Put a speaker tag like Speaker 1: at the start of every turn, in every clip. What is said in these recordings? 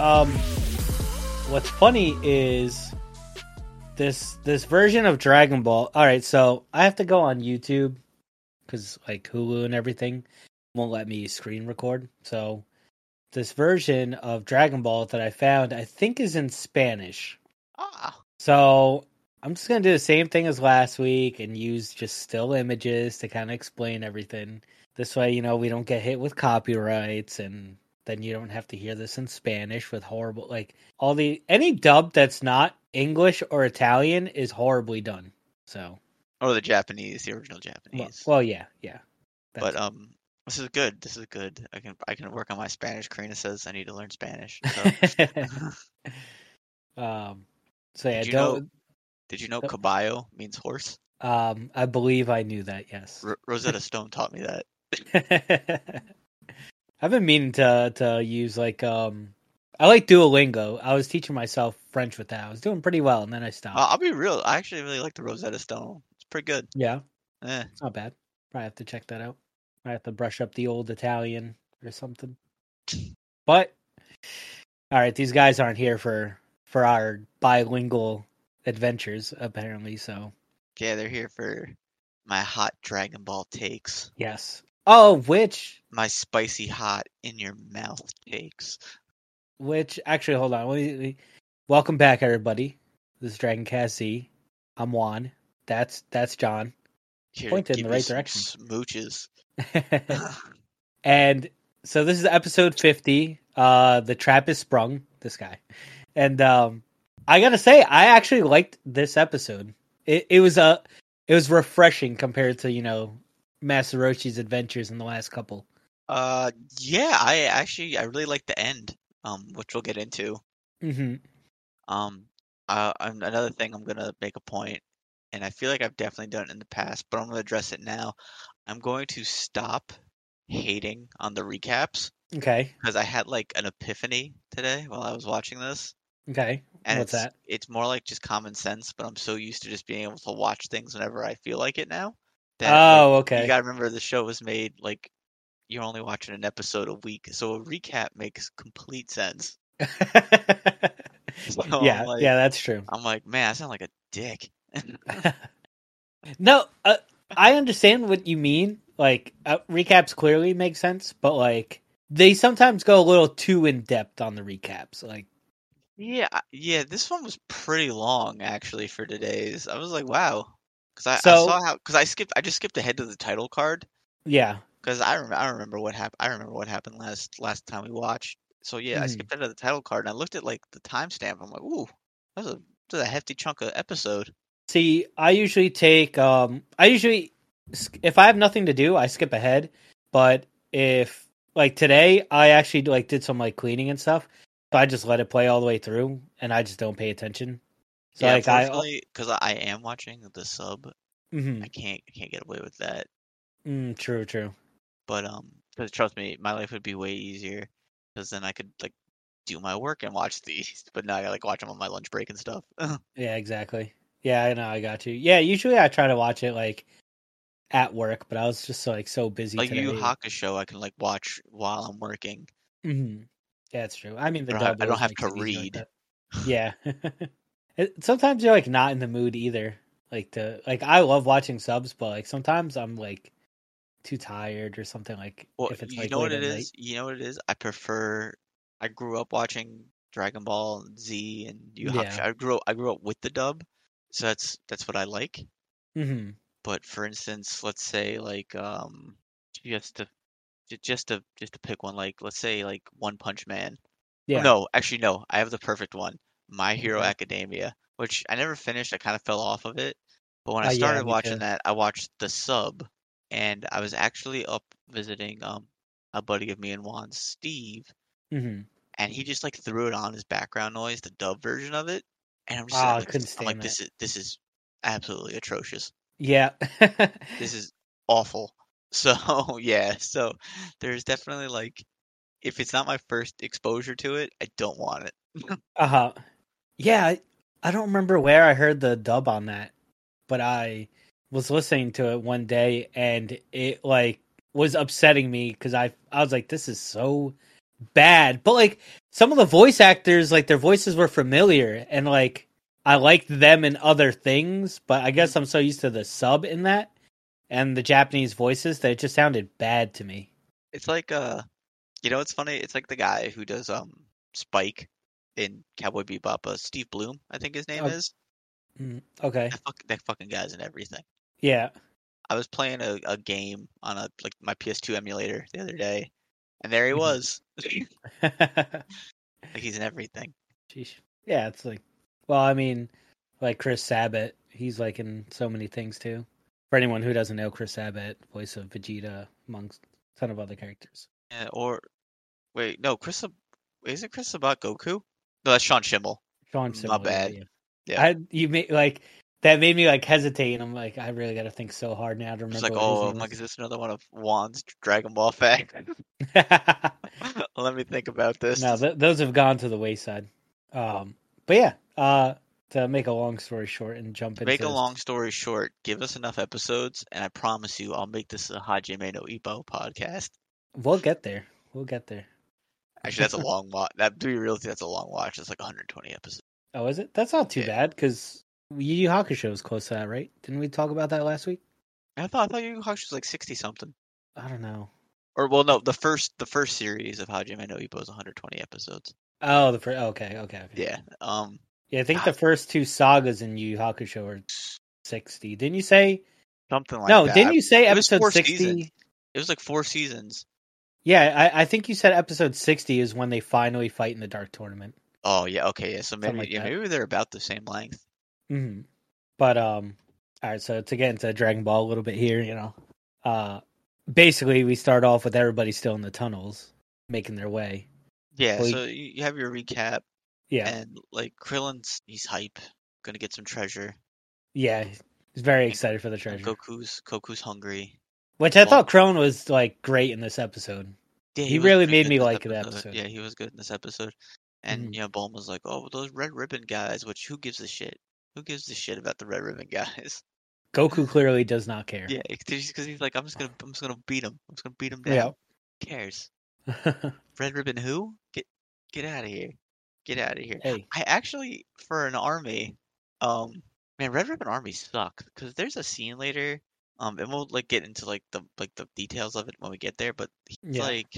Speaker 1: Um, what's funny is this this version of Dragon Ball. All right, so I have to go on YouTube because like Hulu and everything won't let me screen record. So this version of Dragon Ball that I found, I think, is in Spanish.
Speaker 2: Ah,
Speaker 1: So I'm just gonna do the same thing as last week and use just still images to kind of explain everything. This way, you know, we don't get hit with copyrights and then you don't have to hear this in Spanish with horrible like all the any dub that's not English or Italian is horribly done. So
Speaker 2: or the Japanese, the original
Speaker 1: well,
Speaker 2: Japanese.
Speaker 1: well yeah, yeah.
Speaker 2: but um, this is good. This is good. I can I can work on my Spanish. Karina says I need to learn Spanish. So.
Speaker 1: um so yeah,
Speaker 2: uh, Did you know-
Speaker 1: don't
Speaker 2: Did you know
Speaker 1: Yep.
Speaker 2: caballo means horse?
Speaker 1: um I believe I knew that, yes.
Speaker 2: R- Rosetta Stone taught me that.
Speaker 1: I've been meaning to to use like um I like Duolingo. I was teaching myself French with that. I was doing pretty well and then I stopped.
Speaker 2: Uh, I'll be real. I actually really like the Rosetta Stone. It's pretty good.
Speaker 1: yeah,
Speaker 2: Eh.
Speaker 1: it's not bad. Probably have to check that out. I have to brush up the old Italian or something. But all right, these guys aren't here for for our bilingual adventures apparently, so
Speaker 2: Yeah, they're here for my hot Dragon Ball takes.
Speaker 1: yes. Oh, which
Speaker 2: My spicy hot in your mouth takes.
Speaker 1: which actually hold on we, we, welcome back everybody this is dragon cast z i'm juan that's that's john
Speaker 2: Here to
Speaker 1: Pointed in
Speaker 2: give
Speaker 1: the
Speaker 2: you
Speaker 1: right
Speaker 2: some
Speaker 1: direction.
Speaker 2: Smooches.
Speaker 1: and so this is episode 50 uh the trap is sprung this guy and um i gotta say i actually liked this episode it, it was uh, it was refreshing compared to you know masaroshi's adventures in the last couple
Speaker 2: uh, yeah. I actually I really like the end. Um, which we'll get into.
Speaker 1: mm-hmm.
Speaker 2: Um, uh, and another thing I'm gonna make a point, and I feel like I've definitely done it in the past, but I'm gonna address it now. I'm going to stop hating on the recaps
Speaker 1: okay
Speaker 2: because I had like an epiphany today while I was watching this,
Speaker 1: okay
Speaker 2: and
Speaker 1: What's
Speaker 2: it's
Speaker 1: that?
Speaker 2: it's more like just common sense. But I'm so used to just being able to watch things whenever I feel like it now that like,
Speaker 1: oh
Speaker 2: you
Speaker 1: okay
Speaker 2: gotta remember the show was made like you're only watching an episode a week, so a recap makes complete sense. So I'm
Speaker 1: yeah
Speaker 2: Oh, like-
Speaker 1: yeah that's true
Speaker 2: I'm like, man, I sound like a dick.
Speaker 1: no, uh, I understand what you mean. Like uh, recaps clearly make sense, but like they sometimes go a little too in depth on the recaps. Like
Speaker 2: Yeah, I- yeah, this one was pretty long actually for today's. I was like, wow, because I, I
Speaker 1: So-
Speaker 2: saw how because I skipped I just skipped ahead to the title card
Speaker 1: yeah,
Speaker 2: because I rem I remember what happened I remember what happened last last time we watched. So yeah, I
Speaker 1: Mhm.
Speaker 2: skipped ahead to the title card and I looked at like the timestamp. I'm like, ooh, that's a that's a hefty chunk of episode.
Speaker 1: see, I usually take um I usually sk- if I have nothing to do, I skip ahead, but if like today I actually like did some like cleaning and stuff, so I just let it play all the way through and I just don't pay attention. So
Speaker 2: Yeah,
Speaker 1: like I oh
Speaker 2: because I, I am watching the sub,
Speaker 1: Mhm.
Speaker 2: I can't I can't get away with that.
Speaker 1: Mm, true, true.
Speaker 2: But um, because trust me, my life would be way easier because then I could like do my work and watch these. But now I gotta like watch them on my lunch break and stuff.
Speaker 1: Yeah, exactly. Yeah, I know. I got you. Yeah, usually I try to watch it like at work, but I was just like so busy.
Speaker 2: like
Speaker 1: today.
Speaker 2: Yu Yu Hakusho, I can like watch while I'm working.
Speaker 1: Mhm. Yeah, it's true. I mean, the
Speaker 2: I don't have-
Speaker 1: dub
Speaker 2: I don't
Speaker 1: always
Speaker 2: have
Speaker 1: makes
Speaker 2: to
Speaker 1: it easier like
Speaker 2: read.
Speaker 1: that. yeah. It- sometimes you're like not in the mood either. Like to like I love watching subs, but like sometimes I'm like too tired or something. Like
Speaker 2: Well,
Speaker 1: if it's
Speaker 2: you
Speaker 1: like
Speaker 2: know what
Speaker 1: late
Speaker 2: it
Speaker 1: at night.
Speaker 2: is. You know what it is. I prefer. I grew up watching Dragon Ball Z and Yu Yu Hakusho.
Speaker 1: Yeah.
Speaker 2: I grew up, I grew up with the dub, so that's that's what I like.
Speaker 1: Mhm.
Speaker 2: But for instance, let's say like um just to ju- just to just to pick one like let's say like One Punch Man. Oh,
Speaker 1: Yeah. Mm-hmm.
Speaker 2: No, actually, no. I have the perfect one. My Hero
Speaker 1: Okay.
Speaker 2: Academia, which I never finished. I kind of fell off of it. But when
Speaker 1: Uh,
Speaker 2: I
Speaker 1: yeah,
Speaker 2: started
Speaker 1: me
Speaker 2: watching
Speaker 1: too.
Speaker 2: that, I watched the sub, and I was actually up visiting um a buddy of me and Juan, Steve,
Speaker 1: Mhm.
Speaker 2: and he just like threw it on as background noise, the dub version of it, and I'm
Speaker 1: Ah,
Speaker 2: just sitting
Speaker 1: I
Speaker 2: there like,
Speaker 1: couldn't
Speaker 2: I'm like,
Speaker 1: stand
Speaker 2: this is this is absolutely atrocious.
Speaker 1: Yeah.
Speaker 2: This is awful. So yeah, so there's definitely like, if it's not my first exposure to it, I don't want it.
Speaker 1: Uh huh. Yeah, I- I don't remember where I heard the dub on that, but I was listening to it one day and it like was upsetting me because I I was like, this is so bad, but like some of the voice actors, like their voices were familiar, and like I liked them in other things, but I guess I'm so used to the sub in that and the Japanese voices that it just sounded bad to me.
Speaker 2: It's like uh, you know, it's funny. It's like the guy who does um Spike in Cowboy Bebop, uh, Steve Bloom, I think his name
Speaker 1: Oh.
Speaker 2: is.
Speaker 1: Mm, Okay,
Speaker 2: That, fuck, that fucking guy's in everything.
Speaker 1: yeah,
Speaker 2: I was playing a, a game on a like my PS2 emulator the other day, and there he
Speaker 1: Mhm.
Speaker 2: was. like he's in everything.
Speaker 1: Sheesh. yeah, it's like, well, I mean, like Chris Sabat, he's like in so many things too. For anyone who doesn't know, Chris Sabat, voice of Vegeta, amongst a ton of other characters.
Speaker 2: Yeah, or wait, no, Chris Sab- isn't Chris about Goku? No, that's Sean Schimmel.
Speaker 1: Sean,
Speaker 2: My
Speaker 1: Simmel, yeah,
Speaker 2: bad.
Speaker 1: Yeah,
Speaker 2: Yeah.
Speaker 1: I, you made like that made me like hesitate, and I'm like, I really got to think so hard now to remember.
Speaker 2: It's like,
Speaker 1: what his
Speaker 2: oh, I'm
Speaker 1: name
Speaker 2: like,
Speaker 1: is."
Speaker 2: is this another one of Juan's Dragon Ball facts? Let me think about this.
Speaker 1: no, th- those have gone to the wayside. Um, but yeah, uh, to make a long story short and jump
Speaker 2: To
Speaker 1: into
Speaker 2: make a
Speaker 1: this-
Speaker 2: long story short, give us enough episodes, and I promise you, I'll make this a Hajime no Ippo podcast.
Speaker 1: we'll get there. We'll get there.
Speaker 2: Actually, that's a long watch. That do you really think that's a long watch? It's like 120 episodes.
Speaker 1: Oh, is it? That's not too
Speaker 2: Yeah.
Speaker 1: bad because Yu Yu Hakusho is close to that, right? Didn't we talk about that last week?
Speaker 2: I thought I thought Yu Yu Hakusho was like 60 something.
Speaker 1: I don't know.
Speaker 2: Or well, no, the first the first series of Hajime no Ippo is 120 episodes.
Speaker 1: Oh, the first. Okay, okay, okay.
Speaker 2: Yeah. Um.
Speaker 1: Yeah, I think the first two sagas in Yu Yu Hakusho are sixty. Didn't you say?
Speaker 2: Something like
Speaker 1: no,
Speaker 2: that.
Speaker 1: didn't you say
Speaker 2: It was
Speaker 1: episode
Speaker 2: four
Speaker 1: sixty?
Speaker 2: seasons. It was like four seasons.
Speaker 1: Yeah, I, I think you said episode sixty is when they finally fight in the Dark Tournament.
Speaker 2: Oh yeah. Okay. Yeah. So maybe
Speaker 1: like
Speaker 2: yeah,
Speaker 1: that.
Speaker 2: maybe they're about the same length.
Speaker 1: hmm But um, all right. So to get into Dragon Ball a little bit here, you know, uh, basically we start off with everybody still in the tunnels, making their way.
Speaker 2: Yeah.
Speaker 1: Well, you-
Speaker 2: So you, you have your recap,
Speaker 1: Yeah,
Speaker 2: and like Krillin's he's hype, gonna get some treasure.
Speaker 1: yeah. He's very
Speaker 2: And-
Speaker 1: excited for the
Speaker 2: and
Speaker 1: treasure,
Speaker 2: Goku's Goku's hungry.
Speaker 1: which I
Speaker 2: Well-
Speaker 1: thought Krillin was like great in this episode.
Speaker 2: Yeah,
Speaker 1: He
Speaker 2: was
Speaker 1: really
Speaker 2: pretty
Speaker 1: made
Speaker 2: good in
Speaker 1: me
Speaker 2: this
Speaker 1: like the episode.
Speaker 2: Yeah, he was good in this episode. And
Speaker 1: Mhm.
Speaker 2: you know, Bulma's like, "Oh, those red ribbon guys. Which who gives a shit? Who gives a shit about the red ribbon guys?"
Speaker 1: Goku clearly does not care.
Speaker 2: Mm-hmm. Yeah, because he's like, "I'm just gonna, I'm just gonna beat him. I'm just gonna beat him down.
Speaker 1: Yeah.
Speaker 2: Who cares? Red ribbon who? Get, get out of here. Get out of here."
Speaker 1: hey,
Speaker 2: I actually, for an army, um, man, Red Ribbon Army sucked because there's a scene later, um, and we'll like get into like the like the details of it when we get there. But he's
Speaker 1: Yeah.
Speaker 2: like,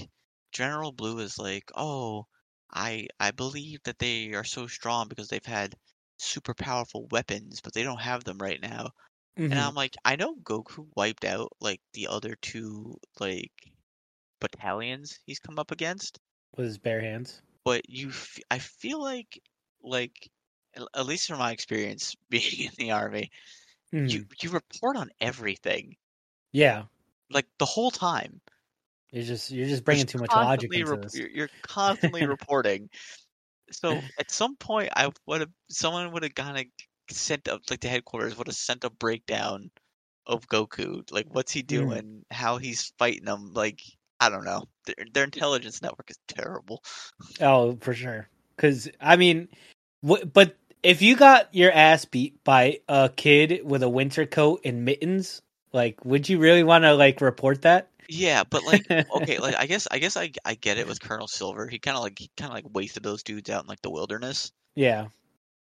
Speaker 2: General Blue is like, oh, I I believe that they are so strong because they've had super powerful weapons, but they don't have them right now. And
Speaker 1: mhm.
Speaker 2: I'm like, I know Goku wiped out like the other two like battalions he's come up against
Speaker 1: with his bare hands.
Speaker 2: but you f- I feel like like a- at least from my experience being in the army
Speaker 1: Mhm.
Speaker 2: you you report on everything
Speaker 1: Yeah,
Speaker 2: like the whole time
Speaker 1: you're just you're just
Speaker 2: You're
Speaker 1: bringing
Speaker 2: just
Speaker 1: too much logic
Speaker 2: constantly
Speaker 1: into
Speaker 2: rep-
Speaker 1: this.
Speaker 2: you're, you're constantly reporting so at some point I would have someone would have kind of sent up like the headquarters would have sent a breakdown of Goku like what's
Speaker 1: Hmm.
Speaker 2: he doing how he's fighting them like I don't know their, their intelligence network is terrible
Speaker 1: Oh, for sure. Because I mean, wh- but if you got your ass beat by a kid with a winter coat and mittens, like, would you really want to like report that?
Speaker 2: yeah but like okay, like I guess I guess I I get it with Colonel Silver. He kind of like he kind of like wasted those dudes out in like the wilderness.
Speaker 1: yeah.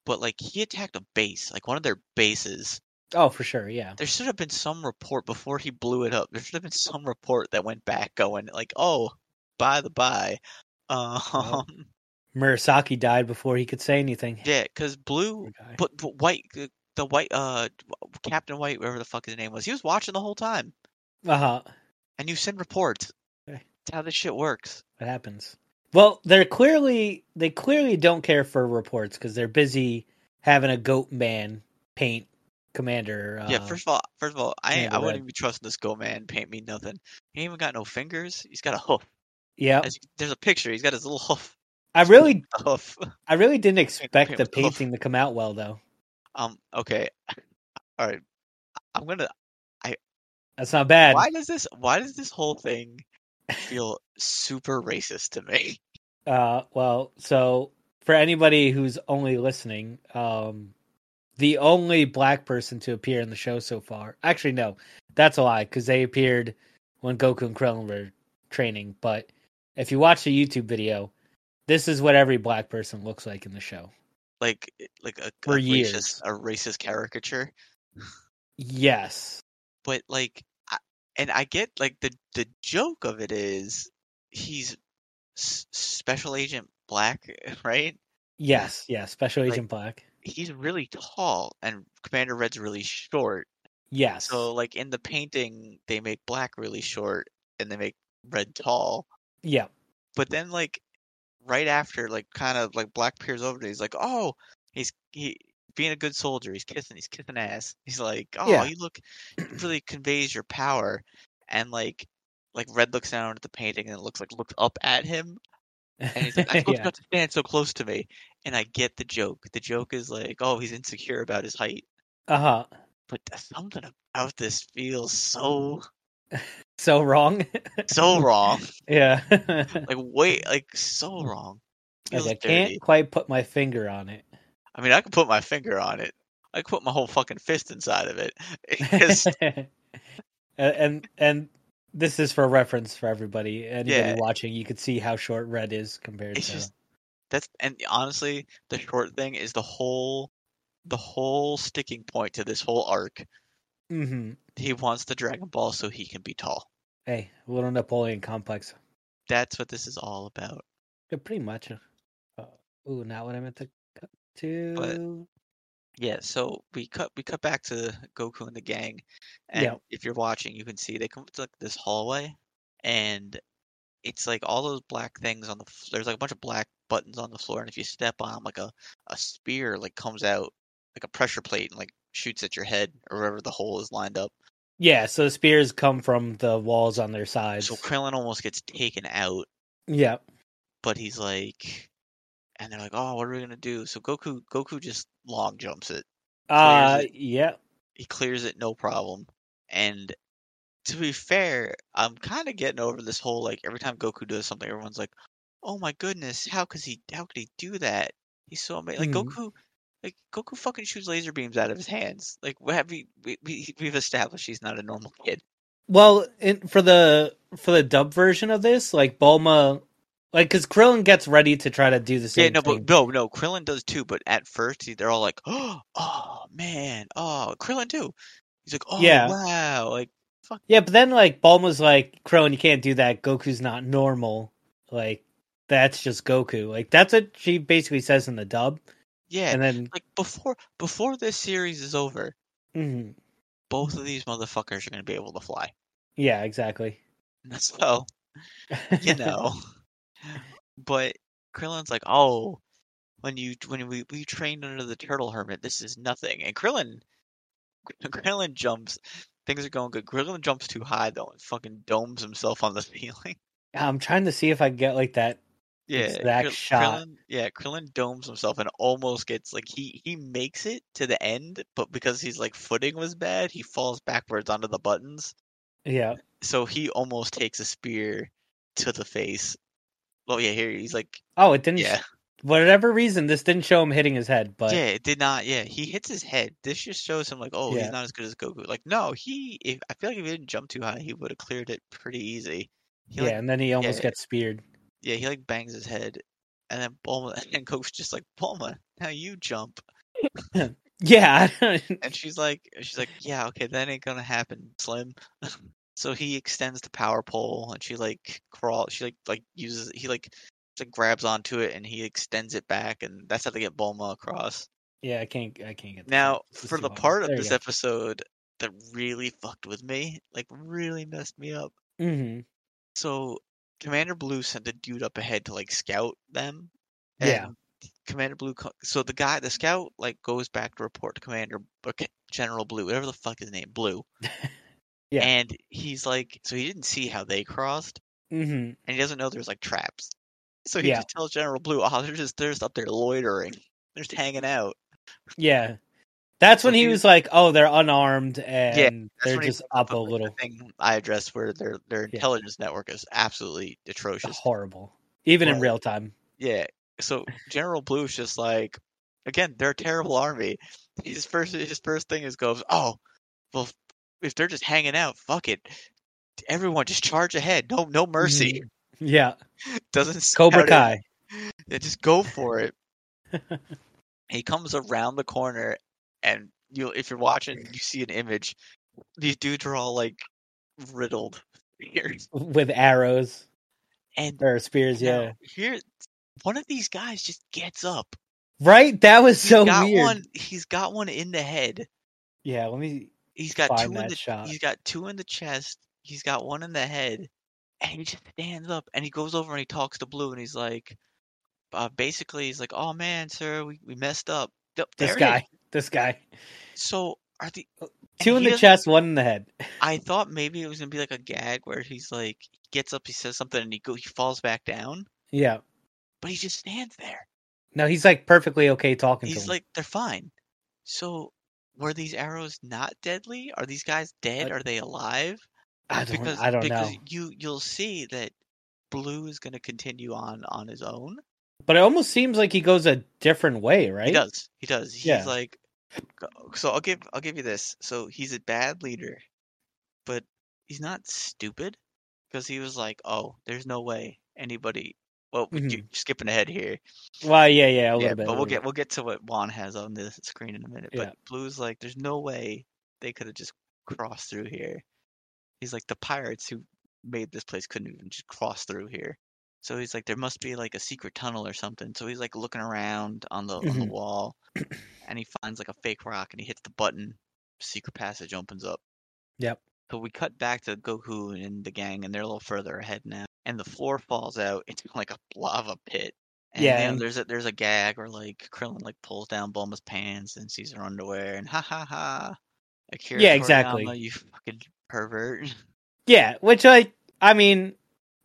Speaker 2: But like he attacked a base, like one of their bases.
Speaker 1: Oh, for sure. Yeah.
Speaker 2: There should have been some report before he blew it up. There should have been some report that went back going like, "Oh, by the by, um,
Speaker 1: Murasaki died before he could say anything.
Speaker 2: yeah, because blue,
Speaker 1: Poor guy.
Speaker 2: but, but white, the, the white, uh, Captain White, whatever the fuck his name was, he was watching the whole time,
Speaker 1: Uh-huh.
Speaker 2: and you send reports.
Speaker 1: Okay.
Speaker 2: That's how this shit works.
Speaker 1: What happens? Well, they're clearly they clearly don't care for reports because they're busy having a goat man paint commander. Uh,
Speaker 2: Yeah, first of all, first of all, I ain't-
Speaker 1: Commander
Speaker 2: I wouldn't
Speaker 1: Red.
Speaker 2: even be trusting this go man. Paint me nothing. He ain't even got no fingers. He's got a hoof.
Speaker 1: yeah.
Speaker 2: As you- there's a picture. He's got his little hoof.
Speaker 1: I really,
Speaker 2: A hoof.
Speaker 1: I really didn't expect
Speaker 2: paint
Speaker 1: the
Speaker 2: with color.
Speaker 1: painting to come out well though.
Speaker 2: Um. Okay. All right. I'm gonna.
Speaker 1: That's not bad.
Speaker 2: Why does this? Why does this whole thing feel super racist to me?
Speaker 1: Uh, well, so for anybody who's only listening, um, the only black person to appear in the show so far, actually, no, that's a lie because they appeared when Goku and Krillin were training, but If you watch the YouTube video, this is what every black person looks like in the show.
Speaker 2: like eh, like a,
Speaker 1: For
Speaker 2: a
Speaker 1: years.
Speaker 2: racist a racist caricature.
Speaker 1: Yes.
Speaker 2: but like I, and i get like the the joke of it is he's s- special agent black right
Speaker 1: Yes. Yes. Special
Speaker 2: Like-
Speaker 1: Agent Black.
Speaker 2: he's really tall and commander red's really short
Speaker 1: Yes.
Speaker 2: so like in the painting they make black really short and they make red tall
Speaker 1: yeah.
Speaker 2: but then like right after like kind of like black peers over to he's like oh he's he being a good soldier he's kissing he's kissing ass he's like oh
Speaker 1: Yeah.
Speaker 2: you look it really conveys your power and like like red looks down at the painting and it looks like looks up at him and he's like i'm supposed
Speaker 1: yeah.
Speaker 2: not to stand so close to me and i get the joke the joke is like oh he's insecure about his height
Speaker 1: Uh huh.
Speaker 2: but there's something about this feels so
Speaker 1: So wrong.
Speaker 2: so wrong
Speaker 1: yeah.
Speaker 2: like wait like so wrong
Speaker 1: Mm. like
Speaker 2: Feels
Speaker 1: I can't
Speaker 2: dirty.
Speaker 1: quite put my finger on it.
Speaker 2: I mean, I could put my finger on it. I could put my whole fucking fist inside of it. eh, It's-
Speaker 1: A- and and this is for reference for everybody. Anybody
Speaker 2: Yeah.
Speaker 1: watching, you could see how short red is compared
Speaker 2: It's
Speaker 1: to.
Speaker 2: just- that's and honestly, the short thing is the whole, the whole sticking point to this whole arc.
Speaker 1: hmm
Speaker 2: He wants the Dragon Ball so he can be tall.
Speaker 1: Hey, a little Napoleon complex.
Speaker 2: That's what this is all about.
Speaker 1: Yeah, pretty much. Uh, ooh, not what I meant to cut to.
Speaker 2: Yeah. So we cut we cut back to Goku and the gang, and
Speaker 1: Yeah.
Speaker 2: if you're watching, you can see they come to like this hallway, and it's like all those black things on the f- there's like a bunch of black buttons on the floor and if you step on 'em, like a a spear like comes out like a pressure plate and like shoots at your head or wherever the hole is lined up
Speaker 1: Yeah, so the spears come from the walls on their sides.
Speaker 2: so krillin almost gets taken out
Speaker 1: yeah.
Speaker 2: but he's like and they're like oh what are we gonna do so goku goku just long jumps it
Speaker 1: Uh
Speaker 2: it.
Speaker 1: yeah.
Speaker 2: he clears it no problem and to be fair i'm kind of getting over this whole like every time goku does something everyone's like oh my goodness how could he how could he do that he's so amazing like
Speaker 1: Mhm.
Speaker 2: goku like goku fucking shoots laser beams out of his hands like we have we, we, we we've established he's not a normal kid
Speaker 1: Well, in, for the for the dub version of this, like Bulma like cuz Krillin gets ready to try to do the same
Speaker 2: yeah no
Speaker 1: thing.
Speaker 2: but no no krillin does too but at first he, they're all like oh, oh man oh krillin too he's like oh
Speaker 1: Yeah.
Speaker 2: wow like
Speaker 1: yeah, but then like Bulma's like Krillin, you can't do that. Goku's not normal. Like that's just Goku. Like that's what she basically says in the dub.
Speaker 2: yeah
Speaker 1: And then
Speaker 2: like before before this series is over
Speaker 1: mhm.
Speaker 2: both of these motherfuckers are going to be able to fly.
Speaker 1: yeah, exactly.
Speaker 2: So, you know. but Krillin's like, "Oh, when you when we we trained under the turtle hermit, this is nothing." And Krillin Krillin jumps. Things are going good. Krillin jumps too high though and fucking domes himself on the ceiling.
Speaker 1: I'm trying to see if I can get like that
Speaker 2: Yeah,
Speaker 1: Exact
Speaker 2: Krill-
Speaker 1: shot.
Speaker 2: Krillin, yeah, Krillin domes himself and almost gets like he he makes it to the end, but because he's like footing was bad, he falls backwards onto the buttons.
Speaker 1: yeah.
Speaker 2: so he almost takes a spear to the face. Well, yeah, here he's like,
Speaker 1: Oh, it didn't
Speaker 2: yeah,
Speaker 1: whatever reason, this didn't show him hitting his head, but
Speaker 2: yeah, it did not. Yeah, he hits his head. This just shows him like, oh,
Speaker 1: Yeah.
Speaker 2: he's not as good as Goku. Like, no, he. If, I feel like if he didn't jump too high, he would have cleared it pretty easy. He,
Speaker 1: yeah,
Speaker 2: like,
Speaker 1: and then he almost
Speaker 2: yeah.
Speaker 1: gets speared.
Speaker 2: yeah, he like bangs his head, and then Bulma and Goku's just like, Bulma, now you jump,
Speaker 1: Yeah, I don't-
Speaker 2: and she's like, she's like, yeah, okay, that ain't gonna happen, Slim. So he extends the power pole, and she like crawl. She like like uses he like like grabs onto it, and he extends it back, and that's how they get Bulma across.
Speaker 1: yeah, I can't, I can't get this
Speaker 2: Now,
Speaker 1: up. This is
Speaker 2: for
Speaker 1: too
Speaker 2: the
Speaker 1: hard.
Speaker 2: part of
Speaker 1: There you
Speaker 2: this
Speaker 1: go.
Speaker 2: episode that really fucked with me, like really messed me up.
Speaker 1: Mhm.
Speaker 2: So Commander Blue sent a dude up ahead to like scout them,
Speaker 1: Yeah.
Speaker 2: and Commander Blue. co- So the guy, the scout, like goes back to report to Commander or Ca- General Blue, whatever the fuck his name, Blue.
Speaker 1: Yeah.
Speaker 2: And he's like, so he didn't see how they crossed.
Speaker 1: Mhm.
Speaker 2: and he doesn't know there's like traps. So he
Speaker 1: Yeah.
Speaker 2: just tells General Blue, "Oh, they're just they're just up there loitering, they're just hanging out."
Speaker 1: Yeah. That's
Speaker 2: So
Speaker 1: when he
Speaker 2: he-
Speaker 1: was like, "Oh, they're unarmed and
Speaker 2: that's
Speaker 1: they're
Speaker 2: when he
Speaker 1: just
Speaker 2: brings
Speaker 1: up a
Speaker 2: like, the
Speaker 1: little
Speaker 2: thing I addressed where their their
Speaker 1: Yeah.
Speaker 2: intelligence network is absolutely atrocious.
Speaker 1: horrible, even in
Speaker 2: Right.
Speaker 1: real time."
Speaker 2: Yeah. So General Blue is just like, again, they're a terrible army. His first his first thing is goes, "Oh, well, if they're just hanging out, fuck it, everyone just charge ahead, no no mercy."
Speaker 1: Mhm. Yeah.
Speaker 2: Doesn't
Speaker 1: Cobra
Speaker 2: scout it.
Speaker 1: Kai.
Speaker 2: They just go for it. he comes around the corner, and you if you're watching, you see an image. These dudes are all like riddled spears,
Speaker 1: With arrows
Speaker 2: and
Speaker 1: or spears,
Speaker 2: now,
Speaker 1: yeah.
Speaker 2: here one of these guys just gets up.
Speaker 1: Right? That was
Speaker 2: He's
Speaker 1: so
Speaker 2: got
Speaker 1: weird.
Speaker 2: one. He's got one in the head.
Speaker 1: Yeah, let me
Speaker 2: He's got
Speaker 1: Find
Speaker 2: two in
Speaker 1: that
Speaker 2: the
Speaker 1: shot.
Speaker 2: he's got two in the chest. He's got one in the head, and he just stands up and he goes over and he talks to Blue and he's like, uh, basically he's like, "Oh man, sir, we, we messed up." Th-
Speaker 1: this
Speaker 2: there it
Speaker 1: guy. This guy.
Speaker 2: is. So are the And
Speaker 1: Two in
Speaker 2: he
Speaker 1: the
Speaker 2: doesn't-
Speaker 1: chest, one in the head.
Speaker 2: I thought maybe it was gonna be like a gag where he's like he gets up, he says something, and he go he falls back down,
Speaker 1: Yeah.
Speaker 2: but he just stands there.
Speaker 1: No, he's like perfectly okay talking to
Speaker 2: He's
Speaker 1: him.
Speaker 2: like they're fine. So were these arrows not deadly? Are these guys dead?
Speaker 1: I-
Speaker 2: Are they alive?
Speaker 1: I don't
Speaker 2: because
Speaker 1: I don't know.
Speaker 2: because you you'll see that blue is going to continue on on his own
Speaker 1: But it almost seems like he goes a different way, right?
Speaker 2: he does he does he's
Speaker 1: Yeah.
Speaker 2: like so i'll give i'll give you this so he's a bad leader but he's not stupid because he was like oh there's no way anybody well we-
Speaker 1: Mhm.
Speaker 2: you're skipping ahead here
Speaker 1: Well, yeah, yeah, a
Speaker 2: yeah
Speaker 1: little bit.
Speaker 2: but
Speaker 1: a
Speaker 2: we'll
Speaker 1: little
Speaker 2: get we'll get to what juan has on the screen in a minute
Speaker 1: Yeah.
Speaker 2: but blue's like there's no way they could have just crossed through here he's like the pirates who made this place couldn't even just cross through here so he's like there must be like a secret tunnel or something so he's like looking around on the on the
Speaker 1: Mhm.
Speaker 2: wall and he finds like a fake rock and he hits the button secret passage opens up
Speaker 1: Yep.
Speaker 2: so we cut back to goku and the gang and they're a little further ahead now and the floor falls out into like a lava pit and
Speaker 1: Yeah,
Speaker 2: you know,
Speaker 1: and-
Speaker 2: there's a there's a gag where like krillin like pulls down bulma's pants and sees her underwear and ha ha ha Akira
Speaker 1: Yeah, exactly.
Speaker 2: Toriyama, you fucking pervert
Speaker 1: Yeah, which like I mean,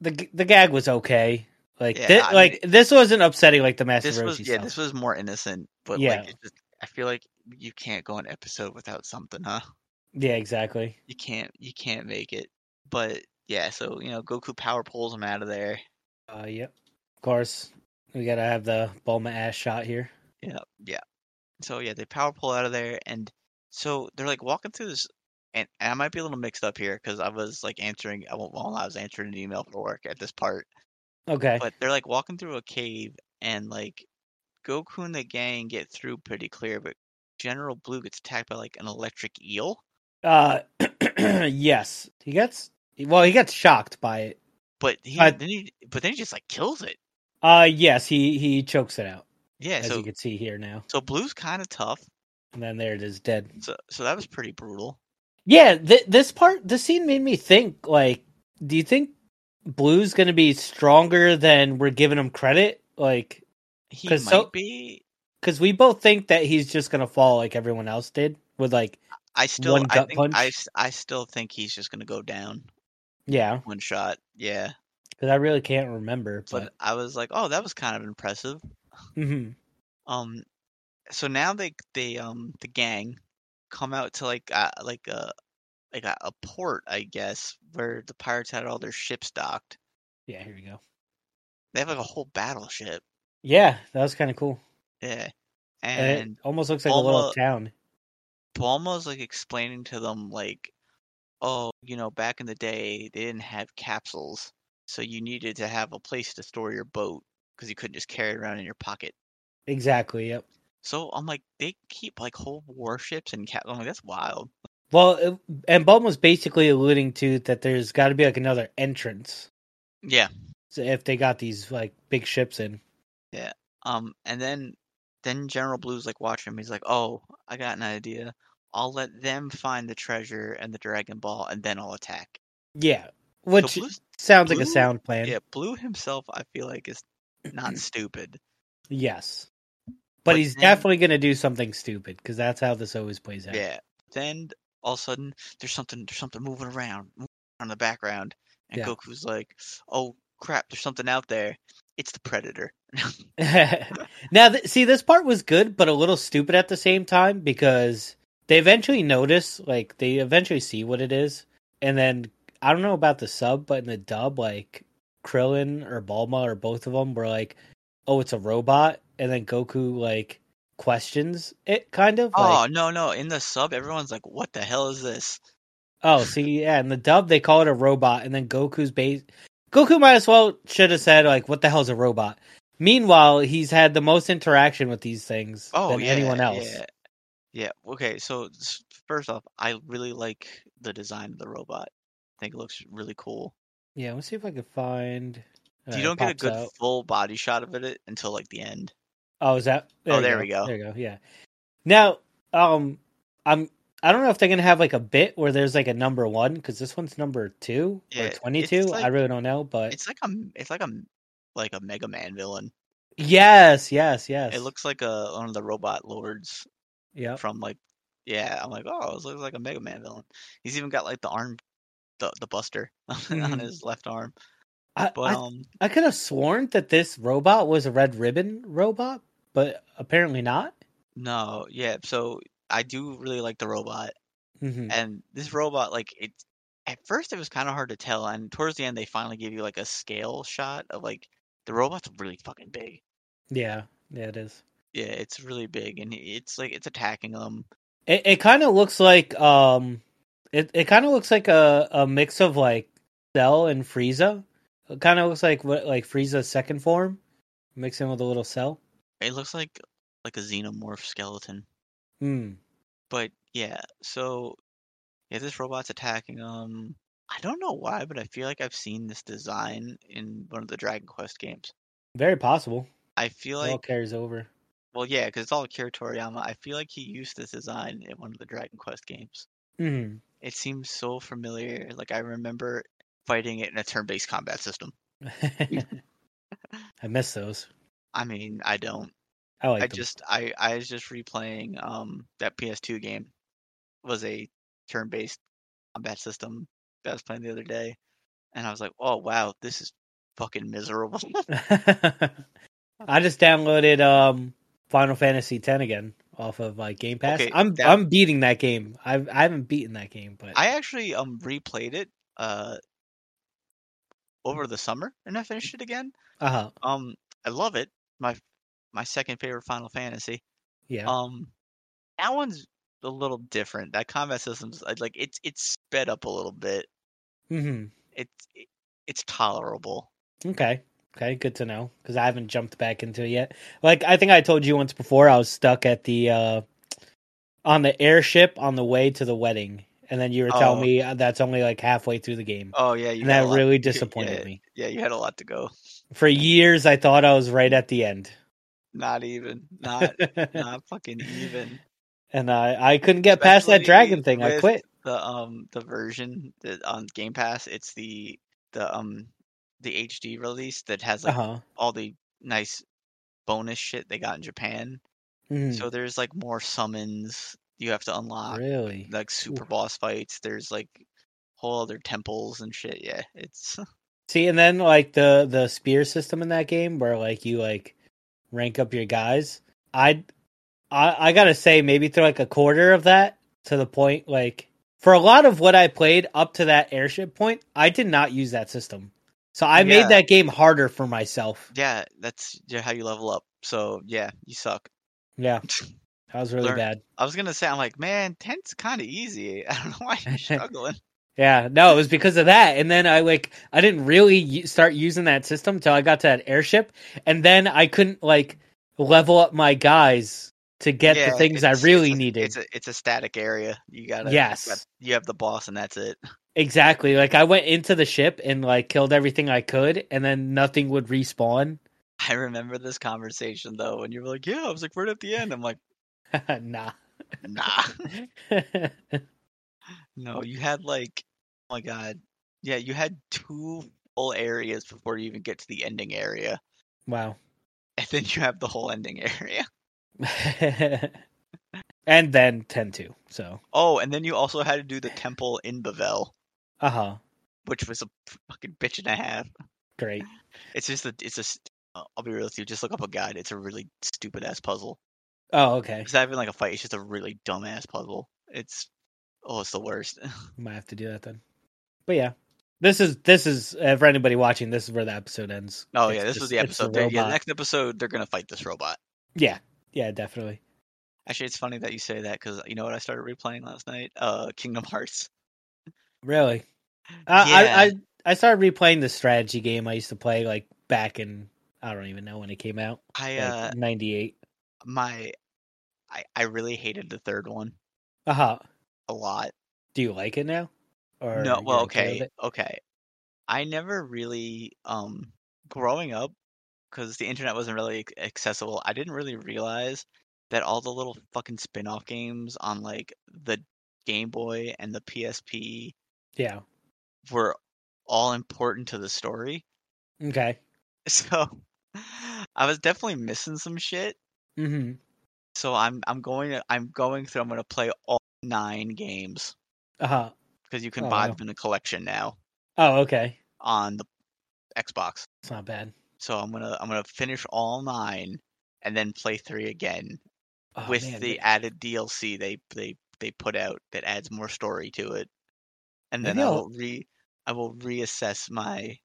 Speaker 1: the g- the gag was okay. Like
Speaker 2: Yeah,
Speaker 1: thi-
Speaker 2: I mean,
Speaker 1: like this wasn't upsetting like the Master
Speaker 2: this was
Speaker 1: Roshi
Speaker 2: yeah,
Speaker 1: stuff.
Speaker 2: this was more innocent, but
Speaker 1: Yeah.
Speaker 2: like it just, I feel like you can't go an episode without something, huh?
Speaker 1: Yeah, exactly.
Speaker 2: You can't you can't make it. But yeah, so you know, Goku power pulls him out of there.
Speaker 1: Uh, yep. Of course, we gotta have the Bulma ass shot here.
Speaker 2: Yeah, yeah. So yeah, they power pull out of there, and so they're like walking through this, and, and I might be a little mixed up here because I was like answering, I won't while I was answering an email for work at this part,
Speaker 1: Okay.
Speaker 2: but they're like walking through a cave, and like Goku and the gang get through pretty clear, but General Blue gets attacked by like an electric eel.
Speaker 1: Uh, yes, he gets. Well, he gets shocked by it.
Speaker 2: But he
Speaker 1: Uh,
Speaker 2: then he but then he just like kills it.
Speaker 1: Uh, yes, he he chokes it out,
Speaker 2: Yeah,
Speaker 1: as
Speaker 2: so
Speaker 1: you can see here now.
Speaker 2: so blue's kind of tough.
Speaker 1: And then there it is, dead.
Speaker 2: So so that was pretty brutal.
Speaker 1: Yeah, th- this part, this scene made me think. Like, do you think Blue's gonna be stronger than we're giving him credit? Like,
Speaker 2: He might
Speaker 1: 'Cause so-
Speaker 2: be.
Speaker 1: because we both think that he's just gonna fall like everyone else did with like
Speaker 2: I still
Speaker 1: one
Speaker 2: I
Speaker 1: gut
Speaker 2: think I
Speaker 1: punch?
Speaker 2: s- I still think he's just gonna go down
Speaker 1: yeah
Speaker 2: one shot. Yeah,
Speaker 1: because i really can't remember
Speaker 2: but
Speaker 1: but
Speaker 2: I was like, oh, that was kind of impressive.
Speaker 1: Mhm.
Speaker 2: Um, so now they they um the gang come out to like uh, like a like a, a port, I guess, where the pirates had all their ships docked.
Speaker 1: yeah here we go
Speaker 2: They have like a whole battleship.
Speaker 1: yeah that was kind of cool Eh,
Speaker 2: Yeah,
Speaker 1: and,
Speaker 2: and
Speaker 1: it almost looks like a little
Speaker 2: Bulma-
Speaker 1: town
Speaker 2: Bulma's like explaining to them like, oh, you know, back in the day they didn't have capsules, so you needed to have a place to store your boat because you couldn't just carry it around in your pocket.
Speaker 1: exactly yep
Speaker 2: So I'm like, they keep like whole warships and cap. I'm like, that's wild.
Speaker 1: well it, and Bulma's basically alluding to that there's got to be like another entrance
Speaker 2: Yeah.
Speaker 1: so if they got these like big ships in
Speaker 2: Um, and then then General Blue's like watching him. He's like, oh, I got an idea. I'll let them find the treasure and the Dragon Ball, and then I'll attack.
Speaker 1: yeah
Speaker 2: So
Speaker 1: which
Speaker 2: Blue's-
Speaker 1: sounds like
Speaker 2: Blue-
Speaker 1: a sound plan
Speaker 2: yeah, Blue himself, I feel like is not stupid.
Speaker 1: yes but,
Speaker 2: But
Speaker 1: he's
Speaker 2: then-
Speaker 1: definitely gonna do something stupid because that's how this always plays out
Speaker 2: Yeah. Then all of a sudden, there's something, there's something moving around on the background, and
Speaker 1: Yeah.
Speaker 2: Goku's like, "Oh crap, there's something out there. It's the Predator."
Speaker 1: now, th- see, this part was good, but a little stupid at the same time because they eventually notice, like, they eventually see what it is. And then I don't know about the sub, but in the dub, like, Krillin or Bulma or both of them were like, oh, it's a robot. And then Goku, like, questions it kind of.
Speaker 2: oh
Speaker 1: Like,
Speaker 2: no, no! In the sub, everyone's like, "What the hell is this?"
Speaker 1: oh, see, yeah. In the dub, they call it a robot. And then Goku's base. Goku might as well should have said like, "What the hell's a robot?" Meanwhile, he's had the most interaction with these things
Speaker 2: Oh,
Speaker 1: than
Speaker 2: yeah,
Speaker 1: anyone else.
Speaker 2: Yeah. Yeah. Okay, so s- first off, I really like the design of the robot. I think it looks really cool.
Speaker 1: Yeah, let's see if I can find.
Speaker 2: you
Speaker 1: Alright,
Speaker 2: don't get a
Speaker 1: Uh, pops
Speaker 2: good
Speaker 1: out.
Speaker 2: full body shot of it until like the end.
Speaker 1: Oh, is that?
Speaker 2: Oh,
Speaker 1: you
Speaker 2: there we go.
Speaker 1: There you go. Yeah. Now, um, I'm. I don't know if they're gonna have like a bit where there's like a number one because this one's number two
Speaker 2: Yeah,
Speaker 1: or
Speaker 2: it's
Speaker 1: twenty-two. I
Speaker 2: like-
Speaker 1: really don't know, but
Speaker 2: It's like a m- it's like a m- like a Mega Man villain.
Speaker 1: yes, yes, yes.
Speaker 2: It looks like a one of the robot lords
Speaker 1: Yep.
Speaker 2: from like yeah. I'm like oh, this looks like a Mega Man villain. He's even got like the arm, the the Buster on
Speaker 1: Mhm.
Speaker 2: his left arm.
Speaker 1: I,
Speaker 2: But
Speaker 1: I
Speaker 2: um,
Speaker 1: I could have sworn that this robot was a red ribbon robot, but apparently not.
Speaker 2: no, yeah. So I do really like the robot,
Speaker 1: hmm
Speaker 2: and this robot like it. At first, it was kind of hard to tell, and towards the end, they finally give you like a scale shot of like the robot's really fucking big.
Speaker 1: Yeah, yeah, it is.
Speaker 2: Yeah, it's really big, and it's like it's attacking them.
Speaker 1: It it kind of looks like um, it it kind of looks like a a mix of like Cell and Frieza. It kind of looks like what like Frieza's second form, mixed in with a little Cell.
Speaker 2: It looks like like a xenomorph skeleton.
Speaker 1: Hmm.
Speaker 2: But yeah, so yeah, this robot's attacking um I don't know why, but I feel like I've seen this design in one of the Dragon Quest games.
Speaker 1: Very possible.
Speaker 2: I feel
Speaker 1: it all
Speaker 2: like
Speaker 1: carries over.
Speaker 2: well, yeah, because it's all Akira Toriyama. I feel like he used this design in one of the Dragon Quest games.
Speaker 1: hmm
Speaker 2: It seems so familiar. Like I remember fighting it in a turn-based combat system.
Speaker 1: I miss those.
Speaker 2: I mean, I don't.
Speaker 1: I like
Speaker 2: I
Speaker 1: them.
Speaker 2: just I I was just replaying um that PS2 game was a turn-based combat system that I was playing the other day, and I was like, oh wow, this is fucking miserable.
Speaker 1: I just downloaded um Final Fantasy X again off of like Game Pass.
Speaker 2: Okay,
Speaker 1: I'm
Speaker 2: that-
Speaker 1: I'm beating that game. I've I haven't beaten that game, but
Speaker 2: I actually um replayed it uh over the summer and I finished it again.
Speaker 1: uh-huh.
Speaker 2: Um, I love it. My my second favorite Final Fantasy.
Speaker 1: Yeah.
Speaker 2: Um, that one's a little different. That combat system's uh, like it's it's sped up a little bit.
Speaker 1: mm-hmm.
Speaker 2: It's it, it's tolerable.
Speaker 1: Okay. Okay, good to know cuz I haven't jumped back into it yet. Like I think I told you once before I was stuck at the uh on the airship on the way to the wedding and then you were telling
Speaker 2: Oh.
Speaker 1: me uh, that's only like halfway through the game.
Speaker 2: Oh yeah, you
Speaker 1: and
Speaker 2: got a
Speaker 1: that
Speaker 2: lot-
Speaker 1: really
Speaker 2: you-
Speaker 1: disappointed
Speaker 2: yeah,
Speaker 1: me.
Speaker 2: Yeah, you had a lot to go.
Speaker 1: For years I thought I was right at the end.
Speaker 2: Not even, not not fucking even.
Speaker 1: and I I couldn't get past that
Speaker 2: Especially
Speaker 1: dragon thing. I
Speaker 2: with
Speaker 1: quit.
Speaker 2: The um the version that on Game Pass, it's the the um the HD release that has
Speaker 1: Uh
Speaker 2: like
Speaker 1: huh.
Speaker 2: all the nice bonus shit they got in Japan.
Speaker 1: Mm,
Speaker 2: So there's like more summons you have to unlock,
Speaker 1: Hmm. Really?
Speaker 2: like super boss fights. There's like whole other temples and shit. Yeah, it's
Speaker 1: See, and then like the the spear system in that game, where like you like rank up your guys. I I I gotta say, maybe through like a quarter of that to the point, like for a lot of what I played up to that airship point, I did not use that system. So I
Speaker 2: Yeah.
Speaker 1: made that game harder for myself.
Speaker 2: yeah, that's j- how you level up. So yeah, you suck.
Speaker 1: Yeah, that was really
Speaker 2: Learn-
Speaker 1: bad.
Speaker 2: I was gonna say, I'm like, man, ten's kind of easy. I don't know why you're struggling.
Speaker 1: Yeah, no, it was because of that. And then I like I didn't really u- start using that system until I got to that airship, and then I couldn't like level up my guys to get
Speaker 2: Yeah,
Speaker 1: the things I
Speaker 2: it's-
Speaker 1: really
Speaker 2: it's a-
Speaker 1: needed.
Speaker 2: It's a it's a static area. You gotta
Speaker 1: Yes.
Speaker 2: You have, you have the boss, and that's it.
Speaker 1: Exactly. Like I went into the ship and like killed everything I could, and then nothing would respawn.
Speaker 2: I remember this conversation though, and you were like, "Yeah," I was like, "Right at the end." I'm like,
Speaker 1: nah.
Speaker 2: "Nah, no." You had like, oh my god, yeah, you had two full areas before you even get to the ending area,
Speaker 1: wow.
Speaker 2: and then you have the whole ending area.
Speaker 1: and then ten two. So
Speaker 2: Oh, and then you also had to do the temple in Bavel,
Speaker 1: uh huh.
Speaker 2: which was a fucking bitch and a half.
Speaker 1: Great.
Speaker 2: It's just a, it's a. s- uh, I'll be real with you. Just look up a guide. It's a really stupid ass puzzle.
Speaker 1: Oh, okay.
Speaker 2: It's not even like a fight. It's just a really dumbass puzzle. It's oh, it's the worst.
Speaker 1: I might have to do that then. But yeah, this is this is uh, for anybody watching. This is where the episode ends.
Speaker 2: Oh
Speaker 1: It's
Speaker 2: yeah, this
Speaker 1: just-
Speaker 2: was the
Speaker 1: it's
Speaker 2: episode. They- yeah, the
Speaker 1: robot.
Speaker 2: next episode they're gonna fight this robot.
Speaker 1: yeah, yeah, definitely.
Speaker 2: Actually, it's funny that you say that because you know what I started replaying last night? Uh, Kingdom Hearts.
Speaker 1: Really, I I,
Speaker 2: Yeah.
Speaker 1: I I started replaying the strategy game I used to play like back in I don't even know when it came out.
Speaker 2: I
Speaker 1: Like
Speaker 2: uh
Speaker 1: 98.
Speaker 2: my I I really hated the third one
Speaker 1: Uh-huh.
Speaker 2: a lot.
Speaker 1: Do you like it now? Or
Speaker 2: No,
Speaker 1: you're
Speaker 2: well,
Speaker 1: with
Speaker 2: okay,
Speaker 1: it?
Speaker 2: okay. I never really, um, growing up, because the internet wasn't really ac- accessible, I didn't really realize that all the little fucking spin-off games on like the Game Boy and the PSP
Speaker 1: Yeah.
Speaker 2: were all important to the story.
Speaker 1: Okay.
Speaker 2: So I was definitely missing some shit.
Speaker 1: Mm-hmm.
Speaker 2: So I'm I'm going to I'm going through I'm going to play all nine games
Speaker 1: Uh-huh.
Speaker 2: because you can
Speaker 1: Oh,
Speaker 2: buy
Speaker 1: wow.
Speaker 2: them in a collection now
Speaker 1: Oh, okay.
Speaker 2: on the Xbox.
Speaker 1: It's not bad.
Speaker 2: So I'm gonna I'm gonna finish all nine and then play three again
Speaker 1: Oh,
Speaker 2: with
Speaker 1: man,
Speaker 2: the
Speaker 1: th-
Speaker 2: added DLC they they they put out that adds more story to it. And then
Speaker 1: Maybe
Speaker 2: I
Speaker 1: I'll-
Speaker 2: will re I will reassess my